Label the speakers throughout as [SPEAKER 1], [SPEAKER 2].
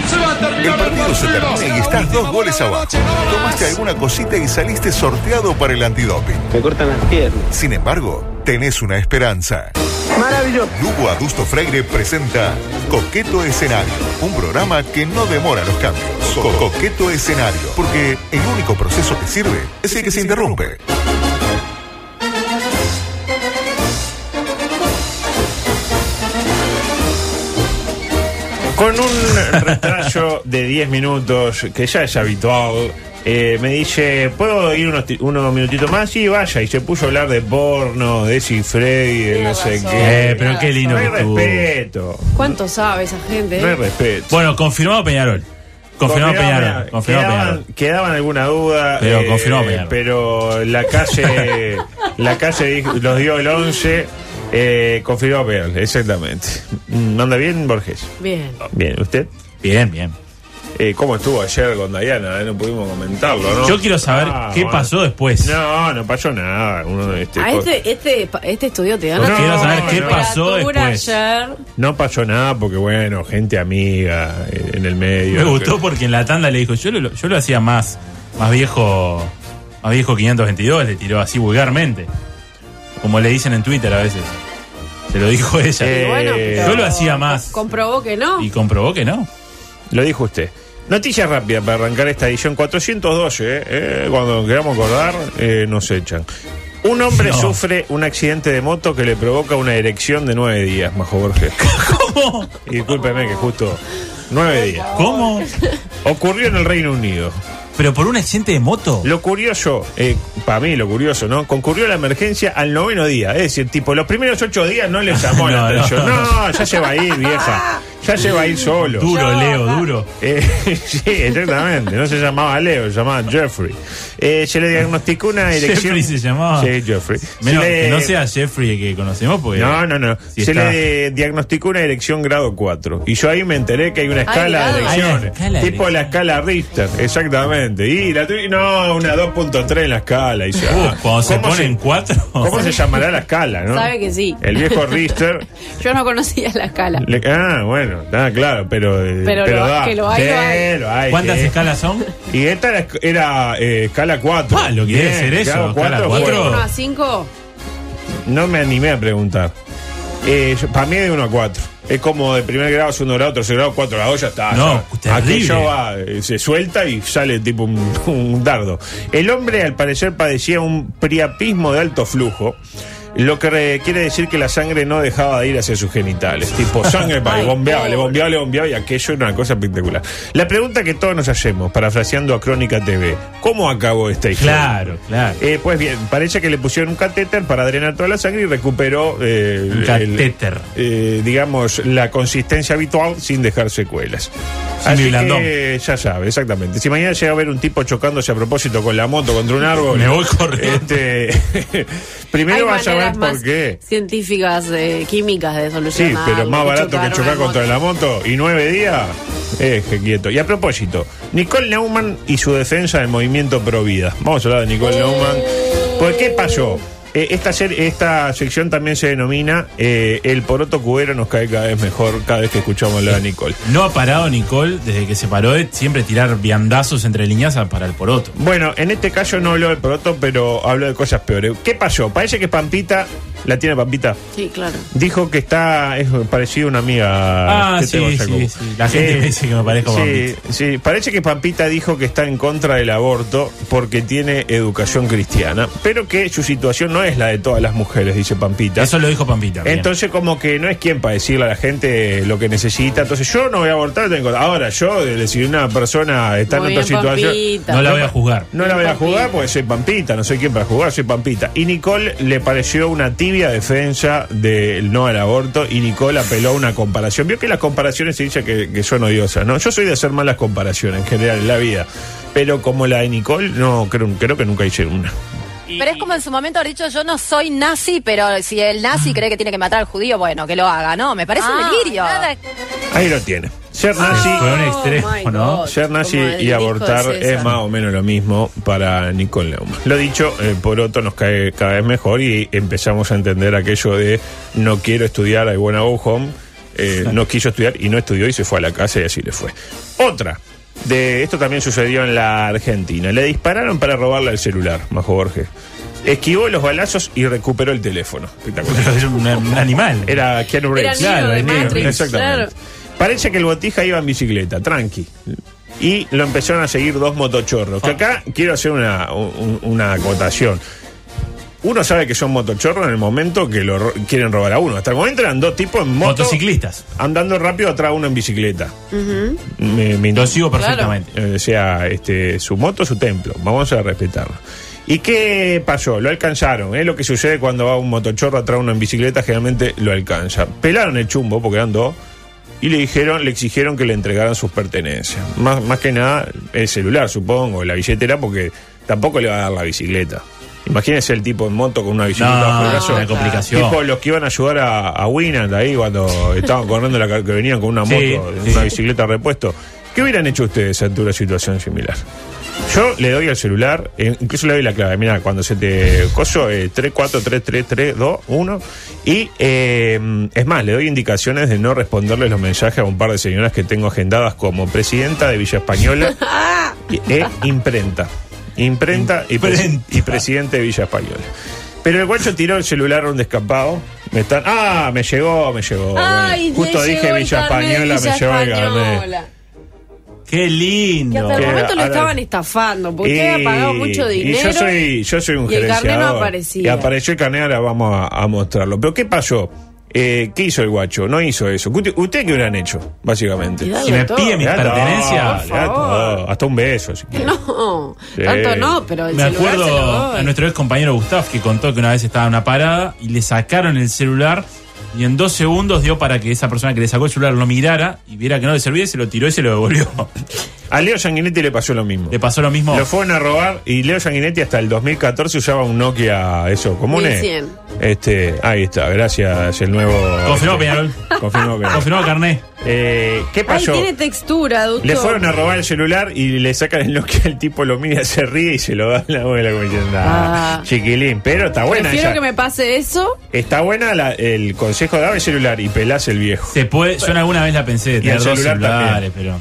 [SPEAKER 1] El partido se termina y estás dos goles abajo. Tomaste alguna cosita y saliste sorteado para el antidoping.
[SPEAKER 2] Me cortan las piernas.
[SPEAKER 1] Sin embargo, tenés una esperanza.
[SPEAKER 3] Maravilloso.
[SPEAKER 1] Lugo Adusto Freire presenta Coqueto Escenario, un programa que no demora los cambios. Co- Coqueto Escenario, porque el único proceso que sirve es el que se interrumpe.
[SPEAKER 4] Con un retraso de 10 minutos, que ya es habitual, eh, me dice, ¿puedo ir unos, ti- unos minutitos más? Sí, vaya, y se puso a hablar de porno, de cifre y de
[SPEAKER 5] Tiene
[SPEAKER 4] no sé
[SPEAKER 5] razón.
[SPEAKER 4] qué.
[SPEAKER 5] Eh, pero qué
[SPEAKER 4] No
[SPEAKER 5] lindo
[SPEAKER 4] hay
[SPEAKER 5] que estuvo.
[SPEAKER 4] respeto,
[SPEAKER 5] ¿Cuánto sabe esa gente? eh?
[SPEAKER 4] no hay respeto.
[SPEAKER 6] Bueno, confirmado Peñarol. Confirmado Peñarol. Confirmado
[SPEAKER 4] quedaban,
[SPEAKER 6] Peñarol.
[SPEAKER 4] quedaban alguna duda. eh,
[SPEAKER 6] Pero confirmado Peñarol.
[SPEAKER 4] Pero la calle, la calle dijo- los dio el 11. Eh, confirmado Peñarol, exactamente. Mm, ¿Anda bien, Borges?
[SPEAKER 5] Bien.
[SPEAKER 4] Bien, ¿usted?
[SPEAKER 6] Bien, bien.
[SPEAKER 4] Eh, ¿Cómo estuvo ayer con Dayana? No pudimos comentarlo, ¿no?
[SPEAKER 6] Yo quiero saber
[SPEAKER 4] Ah,
[SPEAKER 6] qué
[SPEAKER 4] bueno.
[SPEAKER 6] pasó después.
[SPEAKER 4] No, no pasó nada. Uno, este,
[SPEAKER 5] A
[SPEAKER 4] co-
[SPEAKER 5] este, este, este estudio te dan
[SPEAKER 6] Yo
[SPEAKER 4] No,
[SPEAKER 6] quiero saber qué
[SPEAKER 4] no.
[SPEAKER 6] pasó después.
[SPEAKER 5] ayer.
[SPEAKER 4] No pasó nada porque, bueno, gente amiga eh, en el medio.
[SPEAKER 6] Me gustó porque en la tanda le dijo, yo lo, yo lo hacía más, más viejo, más viejo 522, le tiró así vulgarmente. Como le dicen en Twitter a veces. Se lo dijo ella.
[SPEAKER 4] Eh,
[SPEAKER 5] Y bueno, pero
[SPEAKER 6] yo lo hacía más.
[SPEAKER 5] Comprobó que no.
[SPEAKER 6] Y comprobó que no.
[SPEAKER 4] Lo dijo usted. Noticias rápidas para arrancar esta edición 412. eh, eh, cuando queramos acordar, eh, nos echan. Un hombre
[SPEAKER 6] No.
[SPEAKER 4] sufre un accidente de moto que le provoca una erección de nueve días, Majo Borges.
[SPEAKER 6] ¿Cómo?
[SPEAKER 4] Y discúlpeme que justo nueve días.
[SPEAKER 6] ¿Cómo?
[SPEAKER 4] Ocurrió en el Reino Unido.
[SPEAKER 6] ¿Pero por un accidente de moto?
[SPEAKER 4] Lo curioso, para mí lo curioso, ¿no? Concurrió la emergencia al noveno día. Es decir, tipo, los primeros ocho días no le llamó la
[SPEAKER 6] No,
[SPEAKER 4] atención. No.
[SPEAKER 6] no.
[SPEAKER 4] ya se va a ir, vieja. Ya se va a ir solo.
[SPEAKER 6] Duro, Leo, duro.
[SPEAKER 4] Eh, sí, exactamente. No se llamaba Leo, se llamaba Jeffrey. Eh, se le diagnosticó una erección.
[SPEAKER 6] Jeffrey se llamaba.
[SPEAKER 4] Sí, Jeffrey.
[SPEAKER 6] Menos
[SPEAKER 4] Se le-
[SPEAKER 6] que no sea Jeffrey el que conocemos, porque.
[SPEAKER 4] No, no, no.
[SPEAKER 6] Si
[SPEAKER 4] se
[SPEAKER 6] está-
[SPEAKER 4] le diagnosticó una erección grado 4. Y yo ahí me enteré que hay una escala
[SPEAKER 5] grado.
[SPEAKER 4] de
[SPEAKER 6] Hay
[SPEAKER 4] erecciones.
[SPEAKER 6] una escala de
[SPEAKER 4] tipo la escala Richter, exactamente. Y la tuya, no, una 2.3 en la escala. Y yo,
[SPEAKER 6] Uh,
[SPEAKER 4] ah,
[SPEAKER 6] cuando se
[SPEAKER 4] ¿cómo
[SPEAKER 6] ponen cuatro.
[SPEAKER 4] ¿Cómo se llamará la escala, no?
[SPEAKER 5] Sabe que sí.
[SPEAKER 4] El viejo Richter.
[SPEAKER 5] Yo no conocía la escala.
[SPEAKER 4] le- ah, bueno, ah, claro, pero. eh,
[SPEAKER 5] Pero lo-
[SPEAKER 4] da.
[SPEAKER 5] que lo hay,
[SPEAKER 4] Sí,
[SPEAKER 5] lo hay.
[SPEAKER 4] lo hay,
[SPEAKER 6] ¿Cuántas
[SPEAKER 4] sí.
[SPEAKER 6] escalas son?
[SPEAKER 4] Y esta era, era, eh, escala 4.
[SPEAKER 6] Ah, lo que debe ser eso,
[SPEAKER 4] grado
[SPEAKER 6] escala
[SPEAKER 4] cuatro,
[SPEAKER 5] ¿Y de
[SPEAKER 6] cuatro.
[SPEAKER 5] 1 a 5?
[SPEAKER 4] No me animé a preguntar. Eh, para mí es de 1 a 4. Es como de primer grado, segundo grado, tercer grado, cuatro grado, ya está.
[SPEAKER 6] No,
[SPEAKER 4] ya.
[SPEAKER 6] terrible.
[SPEAKER 4] Aquello va, eh, se suelta y sale tipo un, un dardo. El hombre al parecer padecía un priapismo de alto flujo. Lo que re- quiere decir que la sangre no dejaba de ir hacia sus genitales. Tipo sangre para
[SPEAKER 5] Ay,
[SPEAKER 4] bombeaba,
[SPEAKER 5] pobre.
[SPEAKER 4] le bombeaba, le bombeaba y aquello era una cosa espectacular. La pregunta que todos nos hacemos, parafraseando a Crónica TV, ¿cómo acabó esta historia?
[SPEAKER 6] Claro, claro.
[SPEAKER 4] Eh, pues bien, parece que le pusieron un catéter para drenar toda la sangre y recuperó eh,
[SPEAKER 6] Un
[SPEAKER 4] el-
[SPEAKER 6] catéter.
[SPEAKER 4] eh, digamos, la consistencia habitual sin dejar secuelas.
[SPEAKER 6] Sin
[SPEAKER 4] Así
[SPEAKER 6] blandón.
[SPEAKER 4] que ya sabe, exactamente. Si mañana llega a ver un tipo chocándose a propósito con la moto contra un árbol.
[SPEAKER 6] Me voy corriendo.
[SPEAKER 4] este,
[SPEAKER 5] Hay
[SPEAKER 4] primero vas a ver
[SPEAKER 5] maneras
[SPEAKER 4] por
[SPEAKER 5] más
[SPEAKER 4] qué.
[SPEAKER 5] científicas, eh, químicas de
[SPEAKER 4] Sí,
[SPEAKER 5] solucionar.
[SPEAKER 4] pero
[SPEAKER 5] algo
[SPEAKER 4] más barato que chocar
[SPEAKER 5] una
[SPEAKER 4] contra
[SPEAKER 5] moto.
[SPEAKER 4] la moto y nueve días. Eh, qué quieto. Y a propósito, Nicole Neumann y su defensa del movimiento Pro Vida. Vamos a hablar de Nicole Neumann. ¿Por qué pasó? Eh, esta, ser- esta sección también se denomina eh, El poroto cubero nos cae cada vez mejor cada vez que escuchamos hablar de Nicole.
[SPEAKER 6] No ha parado Nicole desde que se paró de siempre tirar viandazos entre líneas para el poroto.
[SPEAKER 4] Bueno, en este caso no hablo del poroto, pero hablo de cosas peores. ¿Qué pasó? Parece que Pampita, la tiene Pampita,
[SPEAKER 5] Sí, claro.
[SPEAKER 4] Dijo que está es parecido a una amiga.
[SPEAKER 6] Ah,
[SPEAKER 4] que
[SPEAKER 6] sí,
[SPEAKER 4] tengo,
[SPEAKER 6] sí,
[SPEAKER 4] Jacobo.
[SPEAKER 6] sí. La gente me dice que me parezco a
[SPEAKER 4] sí, sí, parece que Pampita dijo que está en contra del aborto porque tiene educación cristiana, pero que su situación no es la de todas las mujeres, dice Pampita.
[SPEAKER 6] Eso lo dijo Pampita. bien.
[SPEAKER 4] entonces como que no es quien para decirle a la gente lo que necesita. Entonces yo no voy a abortar, tengo... ahora yo de decir una persona está
[SPEAKER 5] Muy
[SPEAKER 4] en otra
[SPEAKER 5] bien,
[SPEAKER 4] situación.
[SPEAKER 5] Pampita.
[SPEAKER 6] no la voy a juzgar.
[SPEAKER 4] No la voy a
[SPEAKER 5] Pampita.
[SPEAKER 4] jugar porque soy Pampita, no soy quien para jugar, soy Pampita. Y Nicole le pareció una tibia defensa del no al aborto y Nicole apeló a una comparación. Vio que las comparaciones se dice que, que son odiosas, ¿no? Yo soy de hacer malas comparaciones en general en la vida, pero como la de Nicole, no, creo, creo que nunca hice una.
[SPEAKER 7] Pero es como en su momento haber dicho, yo no soy nazi, pero si el nazi cree que tiene que matar al judío, bueno, que lo haga, ¿no? Me parece
[SPEAKER 5] Ah,
[SPEAKER 7] un delirio.
[SPEAKER 5] nada-
[SPEAKER 4] Ahí lo tiene. Ser nazi...
[SPEAKER 6] Eh, Fue un
[SPEAKER 5] Oh,
[SPEAKER 6] extremo,
[SPEAKER 5] my
[SPEAKER 6] ¿no?
[SPEAKER 5] God.
[SPEAKER 4] Ser nazi
[SPEAKER 5] Como el
[SPEAKER 4] y
[SPEAKER 5] hijo
[SPEAKER 4] abortar
[SPEAKER 5] de César.
[SPEAKER 4] es más o menos lo mismo para Nicole Neumann. Lo dicho, eh, por otro nos cae cada vez mejor y empezamos a entender aquello de no quiero estudiar, I wanna go home. eh, no quiso estudiar y no estudió y se fue a la casa y así le fue. Otra. De esto también sucedió en la Argentina. Le dispararon para robarle el celular, Majo Borges. Esquivó los balazos y recuperó el teléfono. Espectacular.
[SPEAKER 6] Es un, un animal.
[SPEAKER 4] Era Keanu Reeves.
[SPEAKER 5] Era Neo de
[SPEAKER 6] el Neo,
[SPEAKER 5] Matrix,
[SPEAKER 4] Exactamente.
[SPEAKER 5] claro.
[SPEAKER 4] Parece que el botija iba en bicicleta, tranqui. Y lo empezaron a seguir dos motochorros.
[SPEAKER 5] Ah.
[SPEAKER 4] Que acá quiero hacer una, un- una acotación. Uno sabe que son motochorros en el momento que lo ro- quieren robar a uno. Hasta el momento eran dos tipos en moto.
[SPEAKER 6] Motociclistas.
[SPEAKER 4] Andando rápido atrás uno en bicicleta. Me- me
[SPEAKER 6] Lo sigo
[SPEAKER 5] Claro.
[SPEAKER 6] perfectamente.
[SPEAKER 4] eh, sea este, su moto, su templo. Vamos a respetarlo. ¿Y qué pasó? Lo alcanzaron. Es lo que sucede cuando va un motochorro atrás uno en bicicleta, generalmente lo alcanza. Pelaron el chumbo, porque eran dos, y le dijeron, le exigieron que le entregaran sus pertenencias. Más, más que nada el celular, supongo, la billetera, porque tampoco le va a dar la bicicleta. Imagínense el tipo en moto con una bicicleta bajo el
[SPEAKER 6] No,
[SPEAKER 4] brazo.
[SPEAKER 6] una complicación.
[SPEAKER 4] Tipo los que iban a ayudar a, a Winand ahí cuando estaban corriendo la ca- que venían con una moto,
[SPEAKER 6] Sí,
[SPEAKER 4] una
[SPEAKER 6] sí.
[SPEAKER 4] bicicleta repuesto. ¿Qué hubieran hecho ustedes ante una situación similar? Yo le doy al celular, eh, incluso le doy la clave. Mira, cuando se te coso, eh, 3, 4, 3, 3, 3, 2, 1. Y eh, es más, le doy indicaciones de no responderles los mensajes a un par de señoras que tengo agendadas como presidenta de Villa Española e imprenta. Imprenta, y, presi-
[SPEAKER 6] Imprenta.
[SPEAKER 4] y presidente de Villa Española. Pero el guacho tiró el celular a un descampado. Me están. ¡Ah! Me llegó, me llegó.
[SPEAKER 5] Ay,
[SPEAKER 4] Oh, Bueno, justo
[SPEAKER 5] me
[SPEAKER 4] dije
[SPEAKER 5] llegó el
[SPEAKER 4] Villa
[SPEAKER 5] carnet de
[SPEAKER 4] Española,
[SPEAKER 5] Villa
[SPEAKER 4] me llegó el
[SPEAKER 5] Española.
[SPEAKER 4] carnet.
[SPEAKER 6] Qué
[SPEAKER 5] Que
[SPEAKER 6] lindo.
[SPEAKER 5] hasta el
[SPEAKER 4] Queda-
[SPEAKER 5] momento lo
[SPEAKER 4] ahora-
[SPEAKER 5] estaban estafando, porque usted ha pagado
[SPEAKER 4] Y-
[SPEAKER 5] mucho dinero.
[SPEAKER 4] Y yo soy, yo soy un
[SPEAKER 5] y el carnet no
[SPEAKER 4] gerenciador.
[SPEAKER 5] aparecía.
[SPEAKER 4] Y apareció el carnet, ahora vamos a, a mostrarlo. Pero ¿qué pasó? Eh, ¿Qué hizo el guacho? No hizo eso. ¿Usted, usted qué hubieran hecho, básicamente?
[SPEAKER 5] Y dale
[SPEAKER 6] Si me
[SPEAKER 5] todo.
[SPEAKER 6] pide
[SPEAKER 4] Le
[SPEAKER 6] mis
[SPEAKER 4] da todo,
[SPEAKER 6] pertenencias,
[SPEAKER 4] le da
[SPEAKER 5] Por
[SPEAKER 4] todo.
[SPEAKER 5] favor.
[SPEAKER 4] Hasta un beso. si quiere.
[SPEAKER 5] No,
[SPEAKER 4] Sí.
[SPEAKER 5] tanto no, pero el
[SPEAKER 6] Me
[SPEAKER 5] celular se lo
[SPEAKER 6] acuerdo
[SPEAKER 5] doy.
[SPEAKER 6] a nuestro ex compañero Gustav que contó que una vez estaba en una parada y le sacaron el celular y en dos segundos dio para que esa persona que le sacó el celular lo mirara y viera que no le servía y se lo tiró y se lo devolvió.
[SPEAKER 4] A Leo Sanguinetti le pasó lo mismo.
[SPEAKER 6] le pasó lo mismo.
[SPEAKER 4] Lo fueron a robar y Leo Sanguinetti hasta el 2014 usaba un Nokia, eso, común. ¿eh?
[SPEAKER 5] 1100.
[SPEAKER 4] Este, ahí está, gracias, el nuevo.
[SPEAKER 6] Confirmó,
[SPEAKER 4] este,
[SPEAKER 6] Peñarol.
[SPEAKER 4] Confirmó Peñarol.
[SPEAKER 6] Confirmó carné.
[SPEAKER 4] Eh, ¿Qué
[SPEAKER 5] Ay,
[SPEAKER 4] pasó?
[SPEAKER 5] tiene textura, Ducho.
[SPEAKER 4] Le fueron a robar el celular y le sacan el Nokia, el tipo lo mira, se ríe y se lo da a la abuela como diciendo, "Ah,
[SPEAKER 5] Ah.
[SPEAKER 4] chiquilín. Pero está buena
[SPEAKER 5] Prefiero
[SPEAKER 4] esa-
[SPEAKER 5] que me pase eso.
[SPEAKER 4] Está buena la- el consejo de el celular y pelás el viejo.
[SPEAKER 6] Se puede, yo en alguna vez la pensé de
[SPEAKER 4] Y el
[SPEAKER 6] tener dos
[SPEAKER 4] celular
[SPEAKER 6] celulares, pero.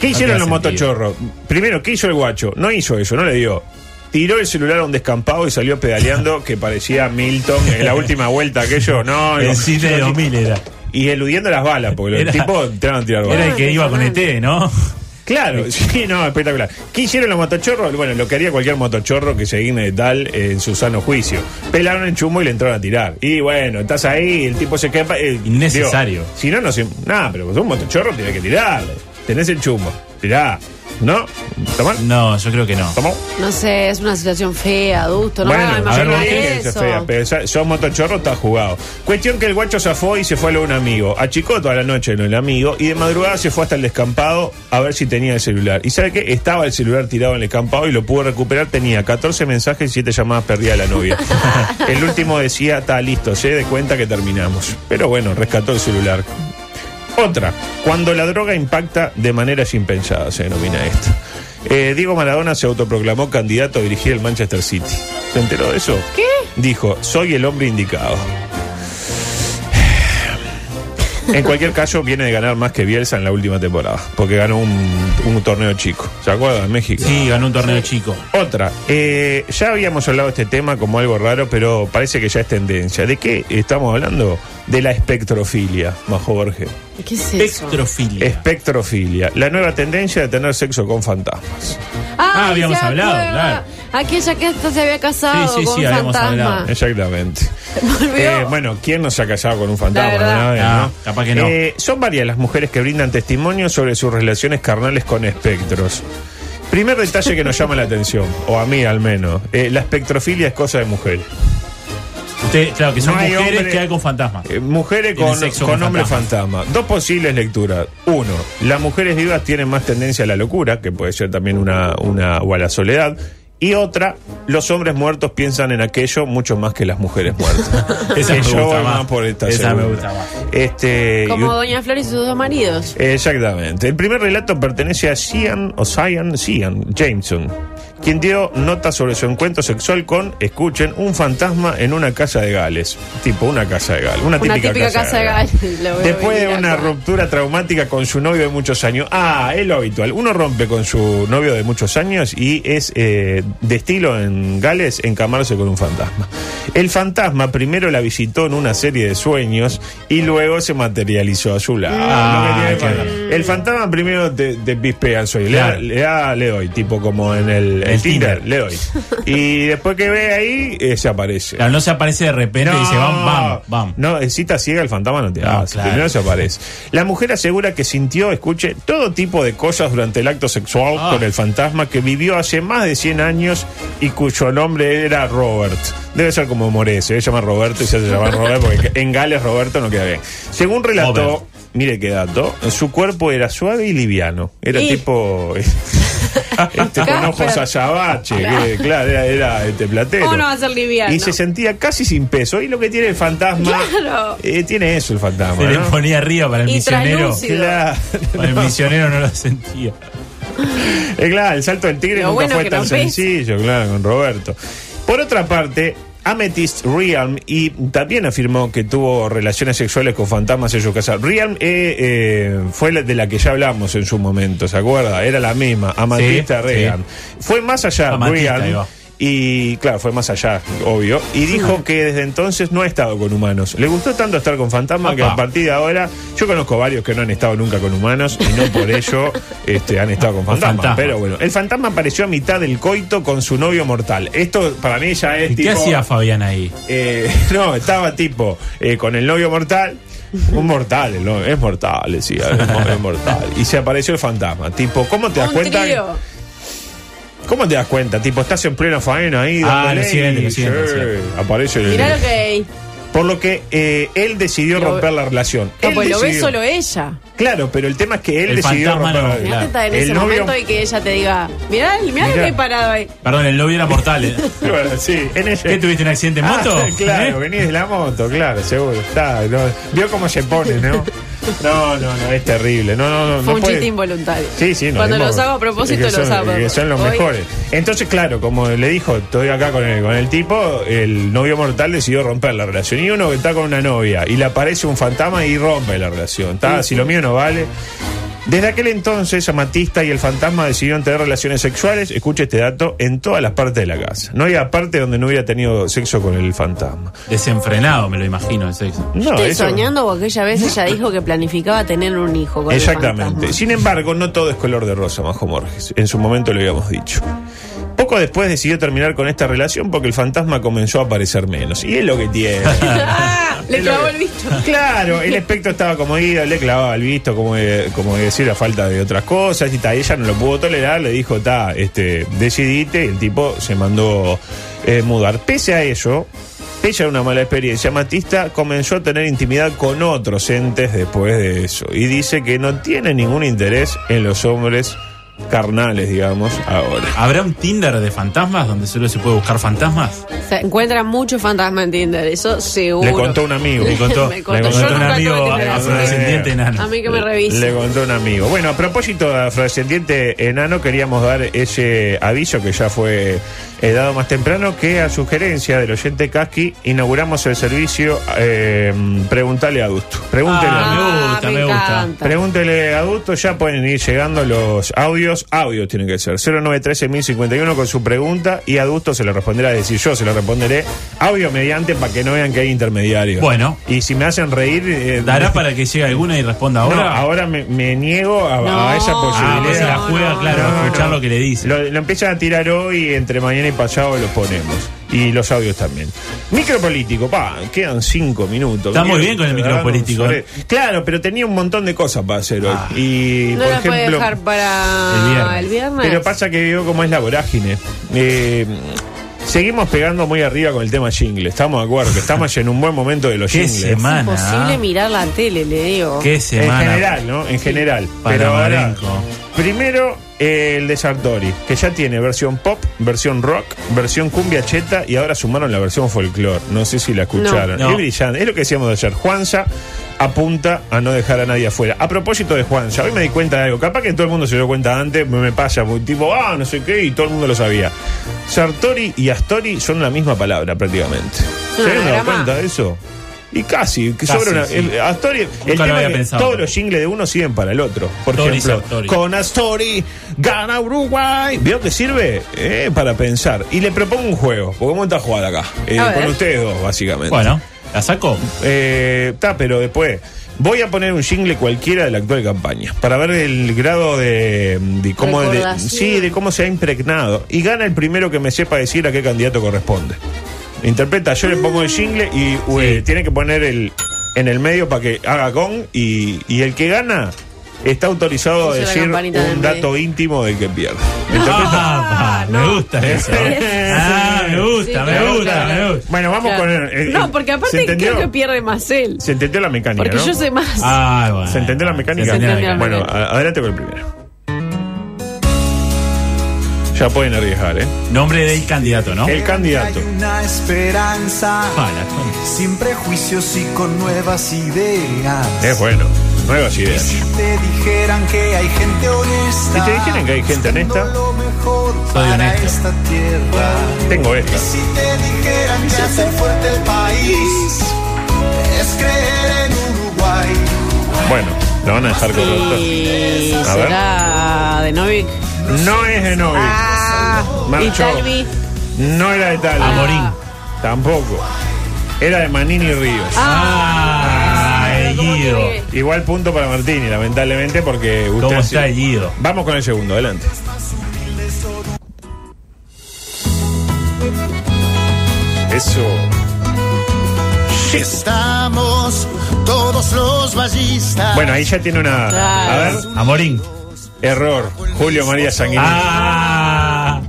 [SPEAKER 4] ¿Qué
[SPEAKER 6] No
[SPEAKER 4] hicieron
[SPEAKER 6] tiene
[SPEAKER 4] los
[SPEAKER 6] sentido.
[SPEAKER 4] motochorros? Primero, ¿qué hizo el guacho? No hizo eso, no le dio. Tiró el celular a un descampado y salió pedaleando que parecía Milton en la última vuelta aquello. No,
[SPEAKER 6] El
[SPEAKER 4] no.
[SPEAKER 6] cine de 2000 era.
[SPEAKER 4] Y eludiendo las balas, porque
[SPEAKER 6] Era-
[SPEAKER 4] los tipos te van a tirar balas.
[SPEAKER 6] Era el que iba con ET, ¿no?
[SPEAKER 4] Claro, sí, no, espectacular. ¿Qué hicieron los motochorros? Bueno, lo que haría cualquier motochorro que se digne de tal eh, en su sano juicio. Pelaron el chumbo y le entraron a tirar. Y bueno, estás ahí, el tipo se queda. eh,
[SPEAKER 6] Innecesario.
[SPEAKER 4] digo, si no, no se. Nada, pero vos sos un motochorro tiene que tirar. Tenés el chumbo, tirá. ¿No? ¿Tomá?
[SPEAKER 6] No, yo creo que no.
[SPEAKER 4] ¿Tomó?
[SPEAKER 5] No sé, es una situación fea, adulto. No me
[SPEAKER 4] bueno, a
[SPEAKER 5] hagas
[SPEAKER 4] ver,
[SPEAKER 5] imaginar
[SPEAKER 4] no tiene que
[SPEAKER 5] eso.
[SPEAKER 4] ser fea, pero esa- sos motochorro, está jugado. Cuestión que el guacho zafó y se fue a lo de un amigo. Achicó toda la noche en el amigo y de madrugada se fue hasta el descampado a ver si tenía el celular. ¿Y sabe qué? Estaba el celular tirado en el descampado y lo pudo recuperar. Tenía 14 mensajes y 7 llamadas perdidas de la novia. el último decía, está listo, se de cuenta que terminamos. Pero bueno, rescató el celular. Otra, cuando la droga impacta de maneras impensadas, se denomina esto. Eh, Diego Maradona se autoproclamó candidato a dirigir el Manchester City. ¿Se enteró de eso? ¿Qué? Dijo, soy el hombre indicado. En cualquier caso, viene de ganar más que Bielsa en la última temporada, porque ganó un, un torneo chico. ¿Se acuerdan? México.
[SPEAKER 6] Sí, ganó un torneo chico.
[SPEAKER 4] Otra, eh, ya habíamos hablado de este tema como algo raro, pero parece que ya es tendencia. ¿De qué estamos hablando? De la espectrofilia, Majo Borges.
[SPEAKER 5] ¿Qué es eso?
[SPEAKER 6] Espectrofilia.
[SPEAKER 4] Espectrofilia, la nueva tendencia de tener sexo con fantasmas.
[SPEAKER 6] Ah, habíamos
[SPEAKER 5] se
[SPEAKER 6] hablado,
[SPEAKER 5] acuerda.
[SPEAKER 6] claro.
[SPEAKER 5] Aquella que hasta se había casado
[SPEAKER 6] Sí, sí,
[SPEAKER 5] con
[SPEAKER 6] sí,
[SPEAKER 5] un
[SPEAKER 6] habíamos
[SPEAKER 5] fantasma.
[SPEAKER 6] hablado.
[SPEAKER 4] Exactamente.
[SPEAKER 5] Volvió.
[SPEAKER 4] Eh, Este, bueno, ¿quién no se ha casado con un fantasma?
[SPEAKER 5] La verdad.
[SPEAKER 4] alguna vez,
[SPEAKER 6] No, Ah, capaz que no.
[SPEAKER 4] Eh, son varias las mujeres que brindan testimonio sobre sus relaciones carnales con espectros. Primer detalle que nos llama la atención, o a mí al menos, eh, la espectrofilia es cosa de mujeres.
[SPEAKER 6] Usted, claro, que son
[SPEAKER 4] No hay
[SPEAKER 6] mujeres
[SPEAKER 4] hombre-
[SPEAKER 6] que hay con fantasmas.
[SPEAKER 4] Eh, mujeres
[SPEAKER 6] Tiene
[SPEAKER 4] con,
[SPEAKER 6] sexo
[SPEAKER 4] con
[SPEAKER 6] con
[SPEAKER 4] hombre fantasma. Dos posibles lecturas. Uno, las mujeres vivas tienen más tendencia a la locura, que puede ser también una, una o a la soledad. Y otra, los hombres muertos piensan en aquello mucho más que las mujeres muertas.
[SPEAKER 6] Esa
[SPEAKER 4] Que
[SPEAKER 6] me
[SPEAKER 4] yo
[SPEAKER 6] gusta
[SPEAKER 4] voy
[SPEAKER 6] más.
[SPEAKER 4] por esta
[SPEAKER 6] Esa me
[SPEAKER 4] segunda.
[SPEAKER 6] gusta más.
[SPEAKER 4] Este, y
[SPEAKER 5] Como
[SPEAKER 4] un-
[SPEAKER 5] Doña Flor y sus dos maridos.
[SPEAKER 4] Exactamente. El primer relato pertenece a Cian o Cian, Cian Jameson, quien dio nota sobre su encuentro sexual con, escuchen, un fantasma en una casa de Gales. Tipo, una casa de Gales. Una
[SPEAKER 5] Una
[SPEAKER 4] típica,
[SPEAKER 5] típica casa de Gales, lo veo
[SPEAKER 4] Después de
[SPEAKER 5] venir
[SPEAKER 4] una
[SPEAKER 5] acá.
[SPEAKER 4] ruptura traumática con su novio de muchos años. Ah, es lo habitual. Uno rompe con su novio de muchos años y es eh, de estilo en Gales encamarse con un fantasma. El fantasma primero la visitó en una serie de sueños y luego se materializó a su lado.
[SPEAKER 6] Ah,
[SPEAKER 4] Lo que tiene
[SPEAKER 6] qué
[SPEAKER 4] fantasma. el fantasma primero te, te pispea, soy. Le, da-
[SPEAKER 6] Claro.
[SPEAKER 4] le da- le doy, tipo como en el, en
[SPEAKER 6] El
[SPEAKER 4] Tinder,
[SPEAKER 6] Tinder.
[SPEAKER 4] le doy. Y después que ve ahí, eh, se aparece.
[SPEAKER 6] Claro, no se aparece de repente y dice, bam, bam, bam.
[SPEAKER 4] No, en cita ciega el fantasma no te
[SPEAKER 6] No,
[SPEAKER 4] hace.
[SPEAKER 6] Ah, claro.
[SPEAKER 4] Primero se aparece. La mujer asegura que sintió, escuche, todo tipo de cosas durante el acto sexual
[SPEAKER 6] Ah.
[SPEAKER 4] con el fantasma que vivió hace más de 100 años y cuyo nombre era Robert. Debe ser como Moré, se debe llamar Roberto y se hace llamar Robert porque en Gales Roberto no queda bien. Según relató,
[SPEAKER 6] Robert.
[SPEAKER 4] mire qué dato, su cuerpo era suave y liviano. Era
[SPEAKER 5] Y-
[SPEAKER 4] tipo... este, con ojos
[SPEAKER 5] Casper.
[SPEAKER 4] azabache, que, claro, era, era este platero.
[SPEAKER 5] ¿Cómo no va a ser liviano?
[SPEAKER 4] Y se sentía casi sin peso. Y lo que tiene el fantasma.
[SPEAKER 5] Claro.
[SPEAKER 4] eh, tiene eso el fantasma.
[SPEAKER 6] Se le
[SPEAKER 4] ¿no?
[SPEAKER 6] ponía arriba para el
[SPEAKER 5] Y
[SPEAKER 6] misionero.
[SPEAKER 5] translúcido.
[SPEAKER 4] Claro,
[SPEAKER 6] Para el misionero no lo sentía.
[SPEAKER 4] Eh, claro, el salto del tigre
[SPEAKER 5] Lo
[SPEAKER 4] nunca
[SPEAKER 5] bueno
[SPEAKER 4] fue
[SPEAKER 5] que
[SPEAKER 4] tan
[SPEAKER 5] nos ves.
[SPEAKER 4] sencillo, claro, con Roberto. Por otra parte. Amethyst Realm y también afirmó que tuvo relaciones sexuales con fantasmas en su casa. Realm eh, eh, fue la- de la que ya hablamos en su momento, ¿se acuerda? Era la misma, Amatista
[SPEAKER 6] Sí,
[SPEAKER 4] Realm. Fue más allá,
[SPEAKER 6] Amatista,
[SPEAKER 4] Realm,
[SPEAKER 6] ahí va.
[SPEAKER 4] Y claro, fue más allá, obvio. Y dijo que desde entonces no ha estado con humanos. Le gustó tanto estar con fantasmas que
[SPEAKER 6] Apa.
[SPEAKER 4] a partir de ahora, yo conozco varios que no han estado nunca con humanos y no por ello este, han estado con
[SPEAKER 6] Con
[SPEAKER 4] fantasmas.
[SPEAKER 6] fantasmas.
[SPEAKER 4] Pero bueno, el fantasma apareció a mitad del coito con su novio mortal. Esto para mí ya es
[SPEAKER 6] ¿Y
[SPEAKER 4] tipo.
[SPEAKER 6] qué hacía Fabián ahí?
[SPEAKER 4] eh, no, estaba tipo eh, con el novio mortal. Un mortal, el novio, es mortal, decía, es mo- es mortal. Y se apareció el fantasma. Tipo, ¿cómo te das
[SPEAKER 5] Un
[SPEAKER 4] cuenta?
[SPEAKER 5] trío.
[SPEAKER 4] ¿Cómo te das cuenta? Tipo, estás en plena faena ahí.
[SPEAKER 6] Ah,
[SPEAKER 4] dándole
[SPEAKER 6] lo siento,
[SPEAKER 4] y,
[SPEAKER 6] lo siento, lo
[SPEAKER 4] sí,
[SPEAKER 6] siento.
[SPEAKER 4] Aparece el.
[SPEAKER 5] Mirá lo que hay.
[SPEAKER 4] Por lo que eh, él decidió
[SPEAKER 5] Lo-
[SPEAKER 4] romper la relación.
[SPEAKER 5] No,
[SPEAKER 4] Él
[SPEAKER 5] pues lo ve
[SPEAKER 4] decidió-
[SPEAKER 5] solo ella.
[SPEAKER 4] Claro, pero el tema es que él
[SPEAKER 6] El
[SPEAKER 4] decidió
[SPEAKER 6] fantasma
[SPEAKER 4] romper
[SPEAKER 6] no,
[SPEAKER 4] la-
[SPEAKER 6] claro.
[SPEAKER 5] Mirá que está en
[SPEAKER 4] el
[SPEAKER 5] ese
[SPEAKER 4] novio-
[SPEAKER 5] momento y que ella te diga, mirá, mirá, lo
[SPEAKER 4] Mirá.
[SPEAKER 5] que hay parado ahí.
[SPEAKER 6] Perdón, el novio era mortal. ¿eh?
[SPEAKER 4] Bueno, sí, en ese-
[SPEAKER 6] ¿Qué tuviste un accidente en
[SPEAKER 4] Ah,
[SPEAKER 6] moto?
[SPEAKER 4] claro,
[SPEAKER 6] ¿Eh?
[SPEAKER 4] venís de la moto, claro, seguro. Está, no, vio cómo se pone, ¿no? No, no, no, es terrible. No, no, no.
[SPEAKER 5] Fue
[SPEAKER 4] no
[SPEAKER 5] un
[SPEAKER 4] puede-
[SPEAKER 5] chiste involuntario.
[SPEAKER 4] Sí, sí, nos
[SPEAKER 5] Cuando
[SPEAKER 4] dimos-
[SPEAKER 5] los hago a propósito,
[SPEAKER 4] que son-
[SPEAKER 5] los hago. a
[SPEAKER 4] Que son los
[SPEAKER 5] propósito. Hoy-
[SPEAKER 4] mejores. Entonces, claro, como le dijo, estoy acá con el, con el tipo, el novio mortal decidió romper la relación. Y uno que está con una novia y le aparece un fantasma y rompe la relación. Está, si lo mío no vale. Desde aquel entonces, Amatista y el fantasma decidieron tener relaciones sexuales, escuche este dato, en todas las partes de la casa. No había parte donde no hubiera tenido sexo con el fantasma.
[SPEAKER 6] Desenfrenado, me lo imagino, el sexo.
[SPEAKER 4] No,
[SPEAKER 5] Estoy
[SPEAKER 4] eso-
[SPEAKER 5] soñando porque aquella vez ella dijo que planificaba tener un hijo con el
[SPEAKER 4] Exactamente.
[SPEAKER 5] fantasma.
[SPEAKER 4] Sin embargo, no todo es color de rosa, Majo Morges. En su momento lo habíamos dicho. Poco después decidió terminar con esta relación porque el fantasma comenzó a aparecer menos. Y es lo que tiene.
[SPEAKER 5] Ah, le
[SPEAKER 4] Es lo
[SPEAKER 5] clavó
[SPEAKER 4] que-
[SPEAKER 5] el visto.
[SPEAKER 4] Claro, el espectro estaba como ido, le clavaba el visto, como, de- como de decir, a falta de otras cosas. Y ta, ella no lo pudo tolerar, le dijo, ta, este, decidite. Y el tipo se mandó eh, mudar. Pese a ello, pese a una mala experiencia, Matista comenzó a tener intimidad con otros entes después de eso. Y dice que no tiene ningún interés en los hombres carnales, digamos, ahora.
[SPEAKER 6] ¿Habrá un Tinder de fantasmas donde solo se puede buscar fantasmas?
[SPEAKER 5] Se encuentran muchos fantasmas en Tinder, eso seguro.
[SPEAKER 4] Le contó un amigo.
[SPEAKER 6] Me contó,
[SPEAKER 5] Me
[SPEAKER 6] me
[SPEAKER 5] contó.
[SPEAKER 6] contó
[SPEAKER 5] Yo
[SPEAKER 6] un
[SPEAKER 5] nunca
[SPEAKER 6] amigo
[SPEAKER 5] tuve
[SPEAKER 4] eh,
[SPEAKER 5] Tinder.
[SPEAKER 6] afrodescendiente enano.
[SPEAKER 5] A mí que me revise.
[SPEAKER 4] Le contó un amigo. Bueno, a propósito de afrodescendiente enano, queríamos dar ese aviso que ya fue eh, dado más temprano, que a sugerencia del oyente Casqui inauguramos el servicio eh, Preguntale a Adusto. Pregúntele.
[SPEAKER 6] Ah, me
[SPEAKER 5] Ah,
[SPEAKER 6] gusta, me gusta.
[SPEAKER 5] encanta.
[SPEAKER 4] Pregúntele a Adusto, ya pueden ir llegando los audios. Audios tienen que ser. 0913051 con su pregunta y Adusto se le responderá, es decir, yo se lo responderé audio mediante para que no vean que hay intermediarios.
[SPEAKER 6] Bueno.
[SPEAKER 4] Y si me hacen reír... eh,
[SPEAKER 6] ¿Dará para que llegue alguna y responda ahora?
[SPEAKER 4] no, ahora me, me niego a, a
[SPEAKER 5] No.
[SPEAKER 4] esa
[SPEAKER 6] Ah, pues se
[SPEAKER 4] posibilidad.
[SPEAKER 6] la juega,
[SPEAKER 5] No,
[SPEAKER 6] claro,
[SPEAKER 4] no,
[SPEAKER 6] a escuchar
[SPEAKER 4] no.
[SPEAKER 6] lo que le dice.
[SPEAKER 4] Lo, lo empiezan a tirar hoy, entre mañana y pasado lo ponemos. Y los audios también. Micropolítico, pa, quedan cinco minutos.
[SPEAKER 6] Está muy
[SPEAKER 4] Mira,
[SPEAKER 6] bien con el
[SPEAKER 4] la verdad,
[SPEAKER 6] micropolítico,
[SPEAKER 4] no sé.
[SPEAKER 6] eh.
[SPEAKER 4] Claro, pero tenía un montón de cosas para hacer hoy.
[SPEAKER 6] Ah.
[SPEAKER 4] Y,
[SPEAKER 5] No
[SPEAKER 4] por
[SPEAKER 5] la puede
[SPEAKER 4] ejemplo,
[SPEAKER 5] dejar para
[SPEAKER 6] el viernes.
[SPEAKER 5] el viernes.
[SPEAKER 4] pero pasa que veo cómo es la vorágine. Eh, seguimos pegando muy arriba con el tema jingle. Estamos de acuerdo, que estamos en un buen momento de los
[SPEAKER 6] Qué
[SPEAKER 4] jingles.
[SPEAKER 5] es
[SPEAKER 6] semana.
[SPEAKER 5] imposible
[SPEAKER 6] ¿ah?
[SPEAKER 5] mirar la tele, le digo.
[SPEAKER 6] Qué
[SPEAKER 4] En
[SPEAKER 6] semana.
[SPEAKER 4] general, ¿no? En general.
[SPEAKER 6] Para
[SPEAKER 4] Pero ahora,
[SPEAKER 6] Marenco.
[SPEAKER 4] primero eh, el de Sartori, que ya tiene versión pop, versión rock, versión cumbia cheta y ahora sumaron la versión folclore. No sé si la escucharon.
[SPEAKER 6] No.
[SPEAKER 4] Es brillante. Es lo que decíamos ayer. Juanza apunta a no dejar a nadie afuera. A propósito de Juanza, hoy me di cuenta de algo. Capaz que todo el mundo se dio cuenta antes, me, me pasa, muy tipo, ah, no sé qué, y todo el mundo lo sabía. Sartori y Astori son la misma palabra prácticamente. ¿Se
[SPEAKER 5] un
[SPEAKER 4] habían dado
[SPEAKER 5] anagrama.
[SPEAKER 4] cuenta de eso? Y casi, que
[SPEAKER 6] Casi,
[SPEAKER 4] sobra una-
[SPEAKER 6] sí.
[SPEAKER 4] el- Astori, el
[SPEAKER 6] lo
[SPEAKER 4] tema
[SPEAKER 6] había
[SPEAKER 4] es que
[SPEAKER 6] pensado.
[SPEAKER 4] todos los jingles de uno siguen para el otro. Por
[SPEAKER 6] Astori,
[SPEAKER 4] ejemplo,
[SPEAKER 6] Sartori.
[SPEAKER 4] con Astori gana Uruguay. ¿Veo que sirve? Eh, para pensar. Y le propongo un juego, porque vamos a jugar acá. eh,
[SPEAKER 5] A
[SPEAKER 4] con
[SPEAKER 5] ver.
[SPEAKER 4] ustedes dos, básicamente.
[SPEAKER 6] Bueno, ¿la saco?
[SPEAKER 4] Eh, Está, pero después. Voy a poner un jingle cualquiera de la actual campaña para ver el grado de, de cómo de-
[SPEAKER 5] Recordación.
[SPEAKER 4] sí, de cómo se ha impregnado y gana el primero que me sepa decir a qué candidato corresponde. Interpreta, yo le pongo el jingle y ue, tiene que poner el en el medio para que haga con y, y el que gana está autorizado a
[SPEAKER 5] Puso la
[SPEAKER 4] decir
[SPEAKER 5] campanita en el
[SPEAKER 4] un dato íntimo del que pierde. Interpreta.
[SPEAKER 6] Ah, pa, Me gusta eso. Ah, me
[SPEAKER 5] Sí,
[SPEAKER 6] gusta, me
[SPEAKER 5] claro,
[SPEAKER 6] gusta,
[SPEAKER 5] claro.
[SPEAKER 6] me gusta.
[SPEAKER 4] Bueno, vamos con el, el- eh,
[SPEAKER 5] no, porque
[SPEAKER 4] ¿se
[SPEAKER 5] aparte
[SPEAKER 4] entendió?
[SPEAKER 5] creo que pierde más él.
[SPEAKER 4] se entendió la mecánica,
[SPEAKER 5] Porque
[SPEAKER 4] ¿no?
[SPEAKER 5] yo sé más.
[SPEAKER 6] Ah, bueno.
[SPEAKER 4] ¿Se entendió la mecánica?
[SPEAKER 6] Se entendió la
[SPEAKER 5] Se entendió la
[SPEAKER 6] mecánica.
[SPEAKER 4] bueno,
[SPEAKER 5] mecánica.
[SPEAKER 4] a- adelante con el primero. Ya pueden arriesgar, ¿eh?
[SPEAKER 6] Nombre del candidato, ¿no?
[SPEAKER 4] El candidato.
[SPEAKER 2] Hay una esperanza,
[SPEAKER 6] Ah, la concha.
[SPEAKER 2] sin prejuicios y con nuevas ideas.
[SPEAKER 4] Es bueno. Nuevas
[SPEAKER 2] Y
[SPEAKER 4] ideas.
[SPEAKER 2] si te dijeran que hay gente honesta.
[SPEAKER 4] Si te dijeran que hay gente
[SPEAKER 2] buscando
[SPEAKER 4] honesta,
[SPEAKER 2] Lo mejor
[SPEAKER 6] soy
[SPEAKER 2] para
[SPEAKER 6] honesto.
[SPEAKER 2] esta tierra.
[SPEAKER 4] Tengo
[SPEAKER 2] Y
[SPEAKER 4] esta.
[SPEAKER 2] si te dijeran que hace fuerte el país, es creer en Uruguay.
[SPEAKER 4] Bueno, la van a dejar con otro.
[SPEAKER 5] Y
[SPEAKER 4] A ver.
[SPEAKER 5] será de Novik.
[SPEAKER 4] No es de Novi.
[SPEAKER 5] Ah, y
[SPEAKER 4] Marchó.
[SPEAKER 5] Talvi.
[SPEAKER 4] No era de Tal.
[SPEAKER 6] Amorín.
[SPEAKER 4] Tampoco. Era de Manini Ríos.
[SPEAKER 6] Ah, el Guido.
[SPEAKER 4] Igual punto para Martini, lamentablemente, porque usted
[SPEAKER 6] ¿Cómo
[SPEAKER 4] ha
[SPEAKER 6] está
[SPEAKER 4] sido-
[SPEAKER 6] el Guido?
[SPEAKER 4] Vamos con el segundo, adelante. Eso. Yes.
[SPEAKER 2] Estamos todos los vallistas.
[SPEAKER 4] Bueno, ahí ya tiene una. A ver,
[SPEAKER 6] Amorín.
[SPEAKER 4] error. Julio María Sanguinetti.
[SPEAKER 6] Ah,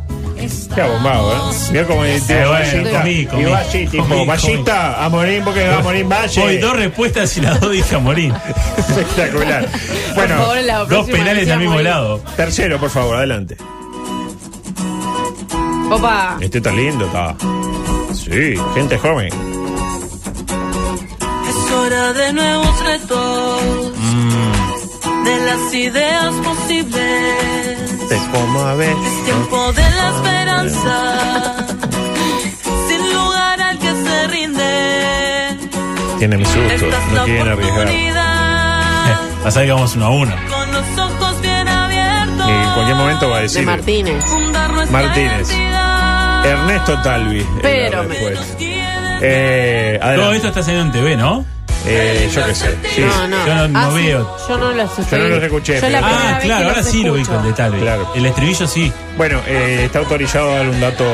[SPEAKER 4] Qué abombado, ¿eh? Mirá cómo es
[SPEAKER 6] Eh, bueno,
[SPEAKER 4] vallita.
[SPEAKER 6] comí, comí.
[SPEAKER 4] Y Valli, tipo,
[SPEAKER 6] Comí, comí.
[SPEAKER 4] vallita, a morir porque va a morir Valle.
[SPEAKER 6] hoy dos respuestas y las dos dije Amorín.
[SPEAKER 4] Espectacular.
[SPEAKER 5] Por
[SPEAKER 4] Bueno,
[SPEAKER 5] favor, la
[SPEAKER 6] Dos
[SPEAKER 5] próxima
[SPEAKER 6] penales
[SPEAKER 5] decía
[SPEAKER 6] al mismo
[SPEAKER 5] Morín.
[SPEAKER 6] lado.
[SPEAKER 4] tercero, por favor, adelante.
[SPEAKER 5] Opa.
[SPEAKER 4] Este está lindo, está. Sí, gente joven.
[SPEAKER 3] Es hora de nuevos retos, de las ideas posibles.
[SPEAKER 4] Te como a ver.
[SPEAKER 3] Es tiempo de la esperanza, sin lugar al que se rinde.
[SPEAKER 4] Tienen susto,
[SPEAKER 3] Esta es
[SPEAKER 4] no
[SPEAKER 3] la
[SPEAKER 4] quieren arriesgar. Y
[SPEAKER 3] oportunidad,
[SPEAKER 6] Eh, Pasa que vamos uno a uno.
[SPEAKER 3] con los ojos bien abiertos.
[SPEAKER 4] en cualquier momento va a
[SPEAKER 5] De
[SPEAKER 4] decir
[SPEAKER 5] Martínez.
[SPEAKER 3] fundar nuestra
[SPEAKER 4] Martínez.
[SPEAKER 3] identidad.
[SPEAKER 4] Ernesto Talvi. era
[SPEAKER 5] Pero me-
[SPEAKER 4] después.
[SPEAKER 3] Quiere
[SPEAKER 4] Eh,
[SPEAKER 6] Todo
[SPEAKER 4] adelante.
[SPEAKER 6] esto está saliendo en TV, ¿no?
[SPEAKER 4] Eh, yo qué sé. Sí,
[SPEAKER 5] No, no.
[SPEAKER 6] Yo no- no
[SPEAKER 5] Ah, sí,
[SPEAKER 6] veo.
[SPEAKER 5] Yo no los escuché.
[SPEAKER 4] Yo no los escuché,
[SPEAKER 5] Yo la
[SPEAKER 4] pero-
[SPEAKER 5] primera
[SPEAKER 6] Ah,
[SPEAKER 5] vez
[SPEAKER 6] claro,
[SPEAKER 5] que
[SPEAKER 6] ahora
[SPEAKER 5] los
[SPEAKER 6] sí lo vi
[SPEAKER 5] escucho.
[SPEAKER 6] con detalle.
[SPEAKER 4] Claro.
[SPEAKER 6] El estribillo sí.
[SPEAKER 4] Bueno, eh, está autorizado a dar un dato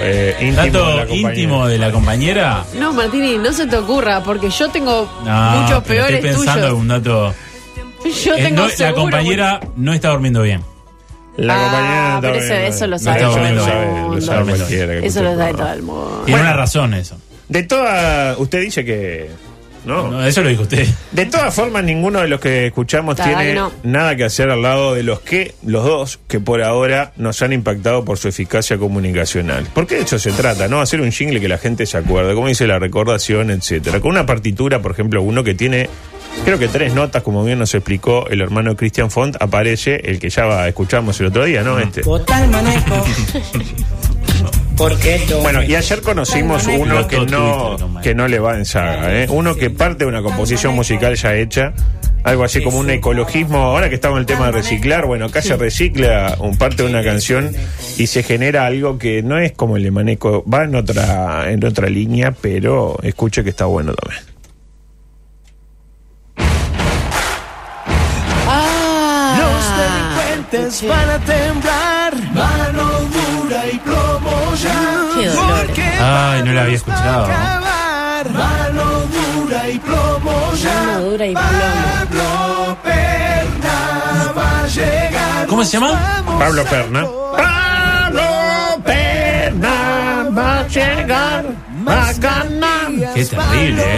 [SPEAKER 4] eh, íntimo. de la
[SPEAKER 6] Dato
[SPEAKER 4] compañía.
[SPEAKER 6] íntimo de la compañera.
[SPEAKER 5] No, Martini, no se te ocurra, porque yo tengo
[SPEAKER 6] No,
[SPEAKER 5] muchos
[SPEAKER 6] pero
[SPEAKER 5] peores
[SPEAKER 6] estoy pensando en
[SPEAKER 5] tuyos.
[SPEAKER 6] un dato.
[SPEAKER 5] Yo
[SPEAKER 6] Eh,
[SPEAKER 5] tengo
[SPEAKER 6] no, la
[SPEAKER 5] seguro
[SPEAKER 6] compañera no está durmiendo bien.
[SPEAKER 4] La
[SPEAKER 5] Ah,
[SPEAKER 4] compañía
[SPEAKER 5] pero
[SPEAKER 4] también-
[SPEAKER 5] ese- eso lo
[SPEAKER 4] No,
[SPEAKER 5] sabe
[SPEAKER 4] eso
[SPEAKER 6] todo el
[SPEAKER 4] lo
[SPEAKER 6] mundo.
[SPEAKER 4] sabe, lo sabe
[SPEAKER 6] Todo el mundo.
[SPEAKER 4] cualquiera que
[SPEAKER 5] Eso
[SPEAKER 4] escuche
[SPEAKER 5] lo
[SPEAKER 4] el
[SPEAKER 5] sabe
[SPEAKER 4] programa.
[SPEAKER 5] todo el mundo.
[SPEAKER 6] Tiene
[SPEAKER 4] Bueno.
[SPEAKER 6] una razón eso.
[SPEAKER 4] De toda. Usted dice que. No.
[SPEAKER 6] No, eso lo dijo usted.
[SPEAKER 4] De todas formas, ninguno de los que escuchamos
[SPEAKER 5] Claro
[SPEAKER 4] tiene
[SPEAKER 5] que no.
[SPEAKER 4] nada que hacer al lado de los que, los dos, que por ahora nos han impactado por su eficacia comunicacional. Porque de eso se trata, ¿no? Hacer un jingle que la gente se acuerde, como dice la recordación, etcétera. Con una partitura, por ejemplo, uno que tiene, creo que tres notas, como bien nos explicó el hermano Christian Font, aparece el que ya va- escuchamos el otro día, ¿no? Este.
[SPEAKER 8] Total manejo. Porque yo
[SPEAKER 4] Bueno, y ayer conocimos uno que no, que no le va en saga, ¿eh? uno que parte de una composición musical ya hecha, algo así como un ecologismo, ahora que estamos en el tema de reciclar, bueno, acá se recicla un parte de una canción y se genera algo que no es como el de Maneco, va en otra, en otra línea, pero escuche que está bueno también.
[SPEAKER 5] Ah,
[SPEAKER 2] Puentes van a temblar, mano dura y plomo ya.
[SPEAKER 5] Qué dolor.
[SPEAKER 2] Porque
[SPEAKER 6] Ay, no la había escuchado.
[SPEAKER 2] acabar, mano dura y plomo ya.
[SPEAKER 5] Mano dura y
[SPEAKER 2] Pablo Perna va a llegar.
[SPEAKER 6] ¿Cómo se llama?
[SPEAKER 4] Pablo Perna. Pablo Perna va a llegar, va a ganar.
[SPEAKER 6] Qué terrible, ¿eh?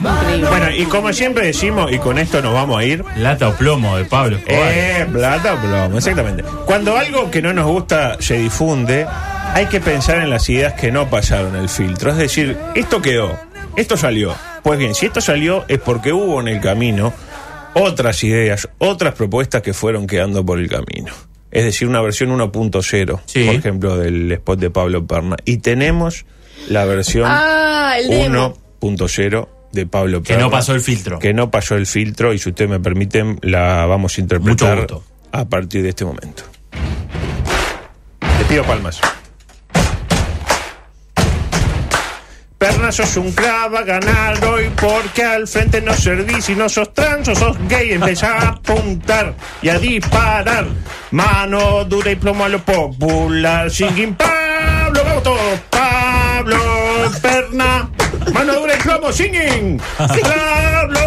[SPEAKER 5] Increíble.
[SPEAKER 4] Bueno, y como siempre decimos, y con esto nos vamos a ir.
[SPEAKER 6] Lata o plomo de Pablo Escobar.
[SPEAKER 4] Eh, plata o plomo, exactamente. Cuando algo que no nos gusta se difunde, hay que pensar en las ideas que no pasaron el filtro. Es decir, esto quedó, esto salió. Pues bien, si esto salió es porque hubo en el camino otras ideas, otras propuestas que fueron quedando por el camino. Es decir, una versión 1.0,
[SPEAKER 6] Sí.
[SPEAKER 4] por ejemplo, del spot de Pablo Perna. Y tenemos la versión
[SPEAKER 5] Ah, el demo.
[SPEAKER 4] 1.0 de Pablo
[SPEAKER 6] Que
[SPEAKER 4] Perna.
[SPEAKER 6] no pasó el filtro.
[SPEAKER 4] Que no pasó el filtro y si ustedes me permiten la vamos a interpretar
[SPEAKER 6] Mucho gusto.
[SPEAKER 4] a partir de este momento. Les pido palmas. Perna, sos un crava, ganar hoy porque al frente no servís. Si no sos trans o sos gay, empezá a apuntar y a disparar. Mano dura y plomo a lo popular. Sin Pablo, vamos todos. Pablo, perna. Mano dura y plomo, singing. Pablo,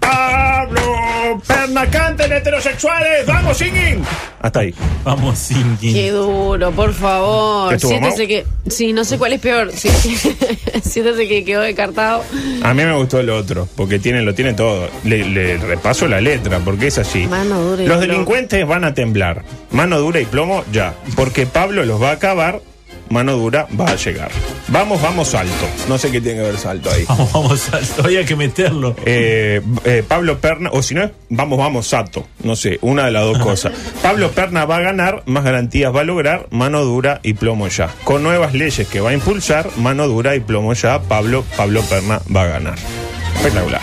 [SPEAKER 4] Pablo, perna. Canten heterosexuales, vamos, singing. Hasta ahí.
[SPEAKER 6] Vamos sin
[SPEAKER 5] Qué duro, por
[SPEAKER 4] ¿Qué
[SPEAKER 5] favor.
[SPEAKER 4] estuvo,
[SPEAKER 5] Siete
[SPEAKER 4] Mau?
[SPEAKER 5] se que... Sí, no sé cuál es peor. Sí. Siete se que quedó descartado.
[SPEAKER 4] A mí me gustó el otro, porque tiene, lo tiene todo. Le, le repaso la letra, porque es así.
[SPEAKER 5] Mano dura y
[SPEAKER 4] los
[SPEAKER 5] plomo.
[SPEAKER 4] delincuentes van a temblar. Mano dura y plomo, ya. Porque Pablo los va a acabar, mano dura va a llegar. Vamos, vamos, salto. No sé qué tiene que ver salto ahí.
[SPEAKER 6] Vamos, vamos, alto. Había que meterlo.
[SPEAKER 4] Eh, eh, Pablo Perna, o si no es, vamos, vamos, Sato. No sé, una de las dos cosas. Pablo Perna va a ganar, más garantías va a lograr, mano dura y plomo ya. Con nuevas leyes que va a impulsar, mano dura y plomo ya, Pablo, Pablo Perna va a ganar. Espectacular.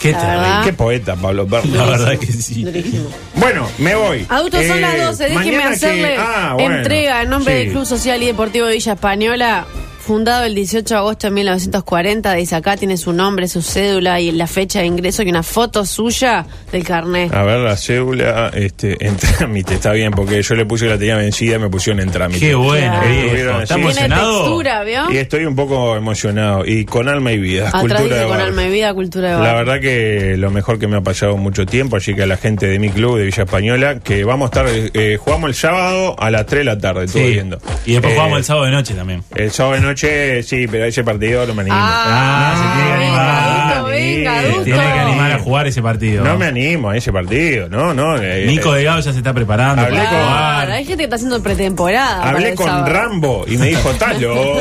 [SPEAKER 6] Qué
[SPEAKER 5] La
[SPEAKER 6] terrible.
[SPEAKER 5] verdad.
[SPEAKER 4] Qué poeta, Pablo Perna.
[SPEAKER 6] Ah. La verdad que sí.
[SPEAKER 5] Durísimo.
[SPEAKER 4] Bueno, me voy.
[SPEAKER 5] Autos son
[SPEAKER 4] Eh,
[SPEAKER 5] las 12, déjeme
[SPEAKER 4] mañana que-
[SPEAKER 5] hacerle
[SPEAKER 4] Ah, bueno,
[SPEAKER 5] entrega en nombre
[SPEAKER 4] sí.
[SPEAKER 5] del Club Social y Deportivo Villa Española, fundado el 18 de agosto de 1940. Dice acá tiene su nombre, su cédula y la fecha de ingreso y una foto suya del carnet.
[SPEAKER 4] A ver, la cédula este, en trámite, está bien, porque yo le puse que la tenía vencida y me pusieron en trámite.
[SPEAKER 6] Qué bueno,
[SPEAKER 5] Claro.
[SPEAKER 6] viejo. ¿Está
[SPEAKER 4] Tiene
[SPEAKER 5] tiene
[SPEAKER 6] emocionado?
[SPEAKER 5] textura, ¿vio?
[SPEAKER 4] Y estoy un poco emocionado. Y con alma y vida.
[SPEAKER 5] Atrás
[SPEAKER 4] cultura de
[SPEAKER 5] dice con
[SPEAKER 4] barrio.
[SPEAKER 5] alma y vida, cultura de
[SPEAKER 4] La
[SPEAKER 5] barrio.
[SPEAKER 4] verdad que lo mejor que me ha pasado mucho tiempo, así que a la gente de mi club de Villa Española, que vamos a estar, eh, jugamos el sábado a las 3 de la tarde, estuve
[SPEAKER 6] Sí.
[SPEAKER 4] viendo.
[SPEAKER 6] Y después
[SPEAKER 4] Eh,
[SPEAKER 6] jugamos el sábado de noche también.
[SPEAKER 4] El sábado de noche, sí, pero ese partido no me animo.
[SPEAKER 6] Ah, se tiene que
[SPEAKER 5] Ah,
[SPEAKER 6] animar.
[SPEAKER 5] venga,
[SPEAKER 4] Sí,
[SPEAKER 5] Ah, adulto,
[SPEAKER 6] Se
[SPEAKER 5] venga,
[SPEAKER 6] tiene que
[SPEAKER 5] adulto.
[SPEAKER 6] animar a jugar ese partido.
[SPEAKER 4] No me animo a ese partido, no, no. eh,
[SPEAKER 6] Nico Delgado ya se está preparando.
[SPEAKER 4] Hablé
[SPEAKER 6] para
[SPEAKER 4] con-
[SPEAKER 5] Claro,
[SPEAKER 6] jugar.
[SPEAKER 5] hay gente que está haciendo pretemporada. para
[SPEAKER 4] Hablé
[SPEAKER 5] el
[SPEAKER 4] con
[SPEAKER 5] Ah, sábado.
[SPEAKER 4] Rambo y me dijo, está loco,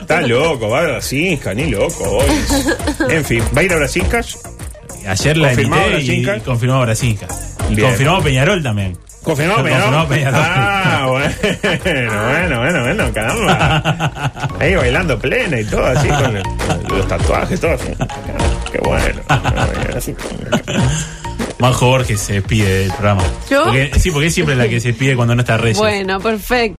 [SPEAKER 4] está loco, va a Brasinca, ni loco. hoy". En fin, ¿va a ir a Brasincas?
[SPEAKER 6] Ayer la
[SPEAKER 4] ¿Confirmado
[SPEAKER 6] emité
[SPEAKER 4] Brasinca?
[SPEAKER 6] y confirmó Brasinca. Y
[SPEAKER 4] Bien.
[SPEAKER 6] confirmó Peñarol también.
[SPEAKER 4] Confirmado, pero.
[SPEAKER 6] Confirmado, Peñarol.
[SPEAKER 4] Ah, bueno, bueno, bueno, bueno, caramba. Ahí bailando plena y todo, así, con, el- con los tatuajes, todo. así. Qué bueno.
[SPEAKER 6] Majo Borges se despide del programa.
[SPEAKER 5] ¿Yo?
[SPEAKER 6] Porque- sí, porque es siempre la que se despide cuando no está Reyes.
[SPEAKER 5] Bueno, perfecto.